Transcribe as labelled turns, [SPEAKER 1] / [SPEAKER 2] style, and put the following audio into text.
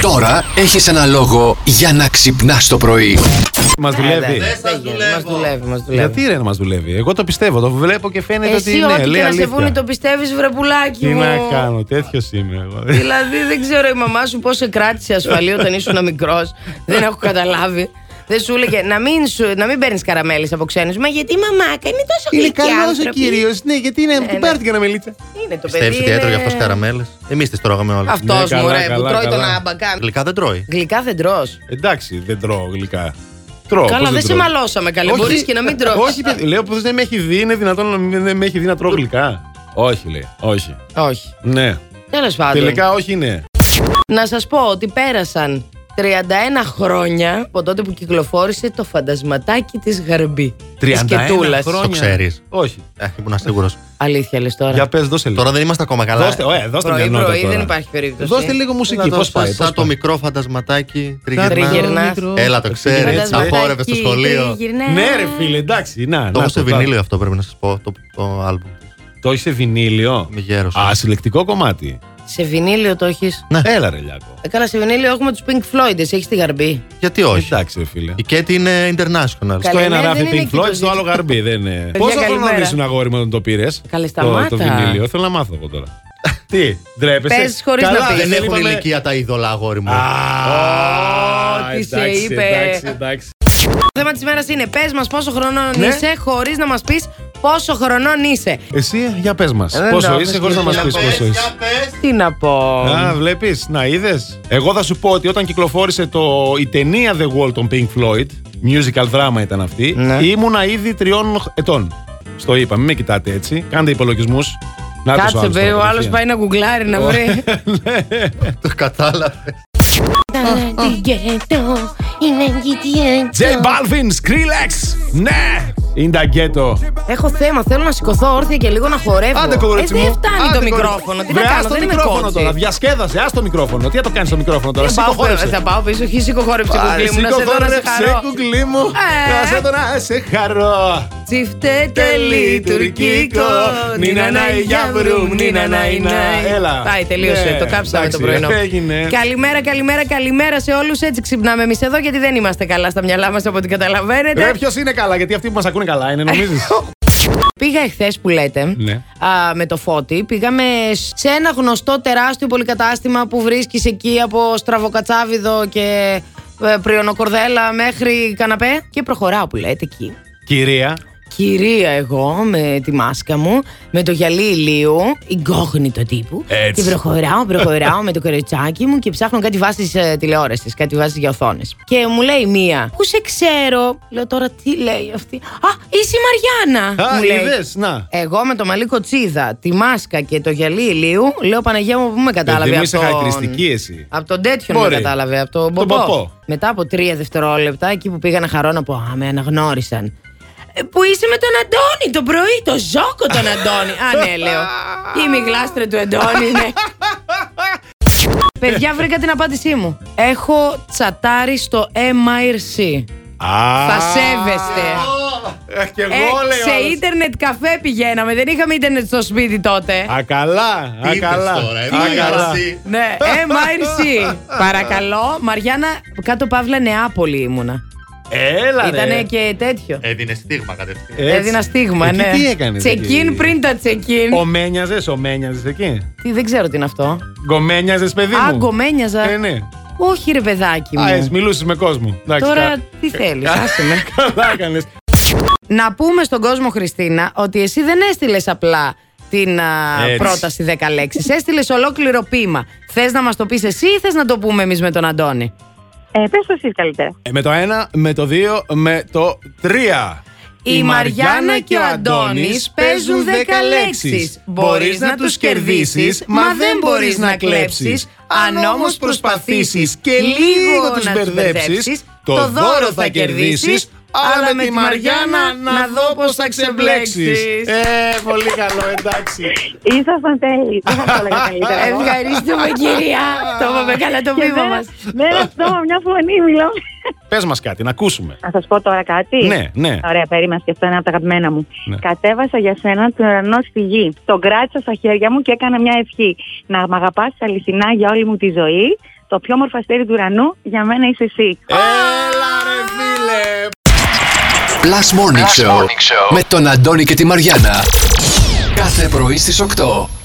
[SPEAKER 1] Τώρα έχεις ένα λόγο για να ξυπνάς το πρωί.
[SPEAKER 2] Ε,
[SPEAKER 3] Μα δουλεύει.
[SPEAKER 4] δεν
[SPEAKER 2] Μας
[SPEAKER 4] σας δουλεύω.
[SPEAKER 2] Μας δουλεύει, μας δουλεύει.
[SPEAKER 3] Γιατί ρε να μας δουλεύει. Εγώ το πιστεύω. Το βλέπω και φαίνεται ότι
[SPEAKER 2] ναι. Ε, Εσύ
[SPEAKER 3] είναι.
[SPEAKER 2] ό,τι
[SPEAKER 3] λέει
[SPEAKER 2] και να σε
[SPEAKER 3] αλήθεια.
[SPEAKER 2] βούνε το πιστεύεις βρε πουλάκι
[SPEAKER 3] Τι
[SPEAKER 2] μου.
[SPEAKER 3] να κάνω, τέτοιος είμαι εγώ.
[SPEAKER 2] Δηλαδή δεν ξέρω η μαμά σου πώς σε κράτησε ασφαλή όταν ήσουν μικρός. δεν έχω καταλάβει. Δεν σου έλεγε να μην, σου, να μην παίρνεις καραμέλες από ξένους. Μα γιατί η μαμά είναι τόσο
[SPEAKER 3] Είναι
[SPEAKER 2] γλυκιά
[SPEAKER 3] καλός ο
[SPEAKER 2] άνθρωποι.
[SPEAKER 3] κύριος. Ναι, γιατί είναι.
[SPEAKER 2] ναι.
[SPEAKER 3] Την πάρει την καραμελίτσα.
[SPEAKER 2] Είναι το παιδί.
[SPEAKER 4] Πιστεύει ότι έτρωγε
[SPEAKER 2] είναι-
[SPEAKER 4] αυτός καραμέλες. Εμείς τις τρώγαμε όλα.
[SPEAKER 2] Αυτός
[SPEAKER 3] Ναι, καλά,
[SPEAKER 2] μου ρε που
[SPEAKER 3] καλά,
[SPEAKER 2] τρώει τον
[SPEAKER 3] καλά.
[SPEAKER 2] άμπακα.
[SPEAKER 4] Γλυκά δεν τρώει.
[SPEAKER 2] Γλυκά δεν τρως.
[SPEAKER 3] Εντάξει, δεν τρώω γλυκά. Τρώω. πώς
[SPEAKER 2] Καλά, δεν σε
[SPEAKER 3] τρώω.
[SPEAKER 2] μαλώσαμε καλή.
[SPEAKER 3] Όχι,
[SPEAKER 2] Μπορείς και να μην τρως.
[SPEAKER 3] Όχι, παιδί, λέω πως δεν με έχει δει. Είναι δυνατόν να μην δεν με έχει δει να τρώω γλυκά. Όχι, λέει. Όχι.
[SPEAKER 2] όχι.
[SPEAKER 3] Ναι.
[SPEAKER 2] Τέλος πάντων.
[SPEAKER 3] Τελικά όχι, ναι.
[SPEAKER 2] Να σας πω ότι πέρασαν 31 χρόνια από τότε που κυκλοφόρησε το φαντασματάκι της Γαρμπή. Της
[SPEAKER 3] 31
[SPEAKER 2] Κετούλας.
[SPEAKER 3] χρόνια.
[SPEAKER 4] Το ξέρεις.
[SPEAKER 3] Όχι.
[SPEAKER 4] Ε, ήμουν σίγουρος.
[SPEAKER 2] Αλήθεια λες τώρα.
[SPEAKER 3] Για πες, δώσε λίγο.
[SPEAKER 4] Τώρα δεν είμαστε ακόμα καλά.
[SPEAKER 3] Δώστε, ωραία, δώστε μια
[SPEAKER 2] πρωί,
[SPEAKER 3] νότα
[SPEAKER 2] πρωί
[SPEAKER 3] τώρα.
[SPEAKER 2] δεν υπάρχει περίπτωση.
[SPEAKER 3] Δώστε λίγο μουσική. Πώς πάει.
[SPEAKER 4] Σαν
[SPEAKER 3] πώς
[SPEAKER 4] το
[SPEAKER 3] πάει.
[SPEAKER 4] μικρό φαντασματάκι τριγυρνά.
[SPEAKER 2] Τριγυρνάς.
[SPEAKER 4] Έλα, το ξέρεις,
[SPEAKER 3] Έτσι,
[SPEAKER 4] τα
[SPEAKER 3] ε.
[SPEAKER 4] χόρευε στο σχολείο.
[SPEAKER 2] τριγυρνά.
[SPEAKER 3] Ναι, ρε φίλε, εντάξει. Να,
[SPEAKER 4] Το
[SPEAKER 3] να,
[SPEAKER 4] έχω σε
[SPEAKER 3] το-
[SPEAKER 4] βινίλιο αυτό πρέπει να σας πω. Το, το album.
[SPEAKER 3] Το έχεις σε βινίλιο.
[SPEAKER 4] Με γέρο.
[SPEAKER 3] Α, συλλεκτικό κομμάτι.
[SPEAKER 2] Σε βινίλιο το έχεις.
[SPEAKER 4] Ναι.
[SPEAKER 3] Έλα, ρε Λιάκο.
[SPEAKER 2] Ε, Καλά, σε βινίλιο έχουμε τους Pink Floyd, εσύ έχεις τη Γαρμπή.
[SPEAKER 4] Γιατί όχι.
[SPEAKER 3] Εντάξει, ρε φίλε.
[SPEAKER 4] Η Κέτι είναι international.
[SPEAKER 3] Στο
[SPEAKER 2] Κα- Καλέ,
[SPEAKER 3] ένα
[SPEAKER 2] ναι,
[SPEAKER 3] ράφι
[SPEAKER 2] δεν είναι
[SPEAKER 3] Pink
[SPEAKER 2] εκεί το
[SPEAKER 3] Floyd, στο άλλο
[SPEAKER 2] ζήτημα.
[SPEAKER 3] γαρμπί. Δεν είναι.
[SPEAKER 2] Παιδιά,
[SPEAKER 3] Πόσο χρόνο
[SPEAKER 2] καλημέρα.
[SPEAKER 3] ήσουν αγόρι μου όταν το πήρες.
[SPEAKER 2] Καλέ,
[SPEAKER 3] Το,
[SPEAKER 2] σταμάτα.
[SPEAKER 3] το βινίλιο. Θέλω να μάθω εγώ τώρα. Τι, ντρέπεσαι.
[SPEAKER 2] Πες χωρίς
[SPEAKER 3] Καλά,
[SPEAKER 2] να πεις.
[SPEAKER 4] Δεν
[SPEAKER 3] σε
[SPEAKER 4] έχουν
[SPEAKER 3] είπαμε-
[SPEAKER 4] ηλικία τα είδωλα, αγόρι μου.
[SPEAKER 3] Α,
[SPEAKER 2] Ω, τι σε
[SPEAKER 3] εντάξει,
[SPEAKER 2] είπε.
[SPEAKER 3] Εντάξει, εντάξει.
[SPEAKER 2] Το θέμα της μέρας είναι πες μας πόσο χρονών
[SPEAKER 3] Ναι.
[SPEAKER 2] είσαι χωρίς να μας πεις πόσο χρονών είσαι.
[SPEAKER 3] Εσύ, για πες μας.
[SPEAKER 2] Ε, δεν
[SPEAKER 3] Πόσο
[SPEAKER 2] το
[SPEAKER 3] είσαι,
[SPEAKER 2] άκουσες,
[SPEAKER 3] χωρί να μα
[SPEAKER 2] για
[SPEAKER 3] πει πόσο είσαι.
[SPEAKER 2] Τι να πω.
[SPEAKER 3] Α, βλέπεις, να είδες. Εγώ θα σου πω ότι όταν κυκλοφόρησε το, η ταινία The Wall των Pink Floyd, musical drama ήταν αυτή,
[SPEAKER 2] Ναι.
[SPEAKER 3] ήμουνα ήδη τριών ετών. Στο είπα, μην με κοιτάτε έτσι. Κάντε υπολογισμούς. Να τους
[SPEAKER 2] Κάτσε,
[SPEAKER 3] άλλους
[SPEAKER 2] βέβαια,
[SPEAKER 3] τώρα,
[SPEAKER 2] ο άλλος
[SPEAKER 3] κατευθείαν.
[SPEAKER 2] πάει να γκουγκλάρει να βρει.
[SPEAKER 4] Το κατάλαβες.
[SPEAKER 3] J Balvin, Skrillex! Ναι! Είναι τα γκέτο.
[SPEAKER 2] Έχω θέμα, θέλω να σηκωθώ όρθια και λίγο να χορεύω.
[SPEAKER 3] Άντε, κορίτσι
[SPEAKER 2] ε,
[SPEAKER 3] μου.
[SPEAKER 2] δεν φτάνει
[SPEAKER 3] Άντε,
[SPEAKER 2] το
[SPEAKER 3] κορίτσι.
[SPEAKER 2] μικρόφωνο. Τι να
[SPEAKER 3] Βρε,
[SPEAKER 2] κάνω,
[SPEAKER 3] άστο
[SPEAKER 2] δεν είμαι
[SPEAKER 3] μικρόφωνο
[SPEAKER 2] κότσι.
[SPEAKER 3] τώρα. Διασκέδασε, ας το μικρόφωνο. Τι θα το κάνεις το μικρόφωνο τώρα.
[SPEAKER 2] Δεν πάω,
[SPEAKER 3] Σήκω χόρεψε.
[SPEAKER 2] Θα πάω πίσω, χι σήκω χόρεψε κουκλί μου, να σε δω να σε χαρώ.
[SPEAKER 3] κουκλί μου.
[SPEAKER 2] Ε.
[SPEAKER 3] Να σε δω να σε χαρώ.
[SPEAKER 2] Τσιφτέ τελή τουρκικό, νίνα να η για βρουμ, νίνα να η να.
[SPEAKER 3] Έλα.
[SPEAKER 2] Πάει, τελείωσε,
[SPEAKER 3] Ναι,
[SPEAKER 2] το κάψαμε
[SPEAKER 3] εντάξει,
[SPEAKER 2] το πρωινό.
[SPEAKER 3] έγινε.
[SPEAKER 2] Καλημέρα, καλημέρα, καλημέρα σε όλους, έτσι ξυπνάμε εμείς εδώ γιατί δεν είμαστε καλά στα μυαλά μας από ό,τι καταλαβαίνετε.
[SPEAKER 3] Ρε, ποιο Ε, είναι καλά, γιατί αυτοί που μας ακούνε καλά είναι, νομίζεις.
[SPEAKER 2] Ε, Πήγα εχθές που λέτε
[SPEAKER 3] Ναι.
[SPEAKER 2] α, με το φώτι. Πήγαμε σε ένα γνωστό τεράστιο πολυκατάστημα που βρίσκεις εκεί από στραβοκατσάβιδο και ε, πριονοκορδέλα μέχρι καναπέ. Και προχωράω που λέτε εκεί.
[SPEAKER 3] Κυρία.
[SPEAKER 2] Κυρία εγώ με τη μάσκα μου, με το γυαλί ηλίου, το τύπου.
[SPEAKER 3] Έτσι.
[SPEAKER 2] Και προχωράω, προχωράω με το κοριτσάκι μου και ψάχνω κάτι βάσει ε, τηλεόρασης, κάτι βάσει για οθόνες. Και μου λέει μία, Πού σε ξέρω. Λέω τώρα τι λέει αυτή. Α, είσαι η Μαριάννα.
[SPEAKER 3] Α,
[SPEAKER 2] μου λέει.
[SPEAKER 3] είδες, να.
[SPEAKER 2] Εγώ με το μαλλί κοτσίδα, τη μάσκα και το γυαλί ηλίου, λέω Παναγία μου που με Ε, κατάλαβε.
[SPEAKER 3] Παιδί μου,
[SPEAKER 2] από
[SPEAKER 3] είσαι
[SPEAKER 2] τον-
[SPEAKER 3] χαρακτηριστική εσύ.
[SPEAKER 2] Από τον τέτοιον
[SPEAKER 3] Μπορεί.
[SPEAKER 2] με κατάλαβε, από τον
[SPEAKER 3] Τον
[SPEAKER 2] Μπομπό.
[SPEAKER 3] Μπομπό.
[SPEAKER 2] Μετά από τρία δευτερόλεπτα, εκεί που πήγα να χαρώ να πω Α, με αναγνώρισαν. «Ε, Που είσαι με τον Αντώνη το πρωί, το ζόκο τον Αντώνη. Α, ναι, λέω. Είμαι η γλάστρα του Αντώνη, ναι. Παιδιά, βρήκα την απάντησή μου. Έχω τσατάρει στο MIRC. Θα σέβεστε.
[SPEAKER 3] Και εγώ
[SPEAKER 2] Ε, σε
[SPEAKER 3] λέω.
[SPEAKER 2] ίντερνετ καφέ πηγαίναμε. Δεν είχαμε ίντερνετ στο σπίτι τότε.
[SPEAKER 3] Α, καλά,
[SPEAKER 4] Τι
[SPEAKER 3] α,
[SPEAKER 4] είπες
[SPEAKER 3] καλά.
[SPEAKER 4] τώρα, ε,
[SPEAKER 3] α,
[SPEAKER 4] εμείς
[SPEAKER 3] καλά.
[SPEAKER 4] εσύ.
[SPEAKER 2] ναι, MRC. Παρακαλώ, Μαριάννα, κάτω παύλα Νεάπολη ήμουνα.
[SPEAKER 3] Έλα, ρε.
[SPEAKER 2] Ήτανε και τέτοιο.
[SPEAKER 4] Έδινε Ε, στίγμα κατευθείαν.
[SPEAKER 3] Έτσι.
[SPEAKER 2] Έδινα στίγμα,
[SPEAKER 3] Εκεί
[SPEAKER 2] ναι.
[SPEAKER 3] Τι έκανες.
[SPEAKER 2] Τσεκίν πριν τα τσεκίν.
[SPEAKER 3] Ο Μένιαζες, ο Μένιαζες εκεί.
[SPEAKER 2] Τι, δεν ξέρω τι είναι αυτό.
[SPEAKER 3] Γκομένιαζες, παιδί μου.
[SPEAKER 2] Α, γκομένιαζα.
[SPEAKER 3] Ε, ναι.
[SPEAKER 2] Όχι, ρε παιδάκι μου.
[SPEAKER 3] Α, εσύ μιλούσες με κόσμο. Εντάξει,
[SPEAKER 2] Τώρα
[SPEAKER 3] κα-
[SPEAKER 2] τι θέλεις, άσε με.
[SPEAKER 3] Καλά έκανες.
[SPEAKER 2] Να πούμε στον κόσμο, Χριστίνα, ότι εσύ δεν έστειλες απλά την α,
[SPEAKER 3] Έτσι.
[SPEAKER 2] πρόταση 10 λέξεις. Έστειλες ολόκληρο ποίημα. Θες να μας το πεις εσύ ή θες να το πούμε εμείς με τον Αντώνη.
[SPEAKER 5] Ε, πες το εσείς καλύτερα.
[SPEAKER 2] Ε,
[SPEAKER 3] με το 1, με το 2, με το 3.
[SPEAKER 2] Η Μαριάννα και ο Αντώνης παίζουν 10 λέξεις. Μπορείς να τους κερδίσεις, μα δεν μπορείς να κλέψεις. Αν όμως προσπαθήσεις και λίγο τους μπερδέψεις, το δώρο θα κερδίσεις, αλλά με τη Μαριάννα να δω πώς θα ξεμπλέξεις.
[SPEAKER 3] Ε, πολύ καλό, εντάξει.
[SPEAKER 5] Ήσασταν τέλειοι. Δεν θα το έλεγα καλύτερα. εγώ.
[SPEAKER 2] Ε, Ευχαριστούμε κυρία. Το είπαμε καλά το
[SPEAKER 5] Και
[SPEAKER 2] βήμα
[SPEAKER 5] δεν-
[SPEAKER 2] μας.
[SPEAKER 5] Δεν αυτό, με μια φωνή μιλώ.
[SPEAKER 3] Πες μας κάτι, να ακούσουμε.
[SPEAKER 5] Να σας πω τώρα κάτι.
[SPEAKER 3] Ναι, ναι.
[SPEAKER 5] Ωραία, περίμενα και αυτό είναι από τα αγαπημένα μου.
[SPEAKER 3] Ναι.
[SPEAKER 5] Κατέβασα για σένα τον ουρανό στη γη. Τον κράτησα στα χέρια μου και έκανα μια ευχή. Να μ' αγαπάς αληθινά για όλη μου τη ζωή. Το πιο όμορφο αστέρι του ουρανού για μένα είσαι
[SPEAKER 3] Ε,
[SPEAKER 5] εσύ.
[SPEAKER 3] Έλα ρε φίλε!
[SPEAKER 1] Plus Morning, Show, με τον Αντώνη και τη Μαριάνα. Κάθε πρωί στις 8.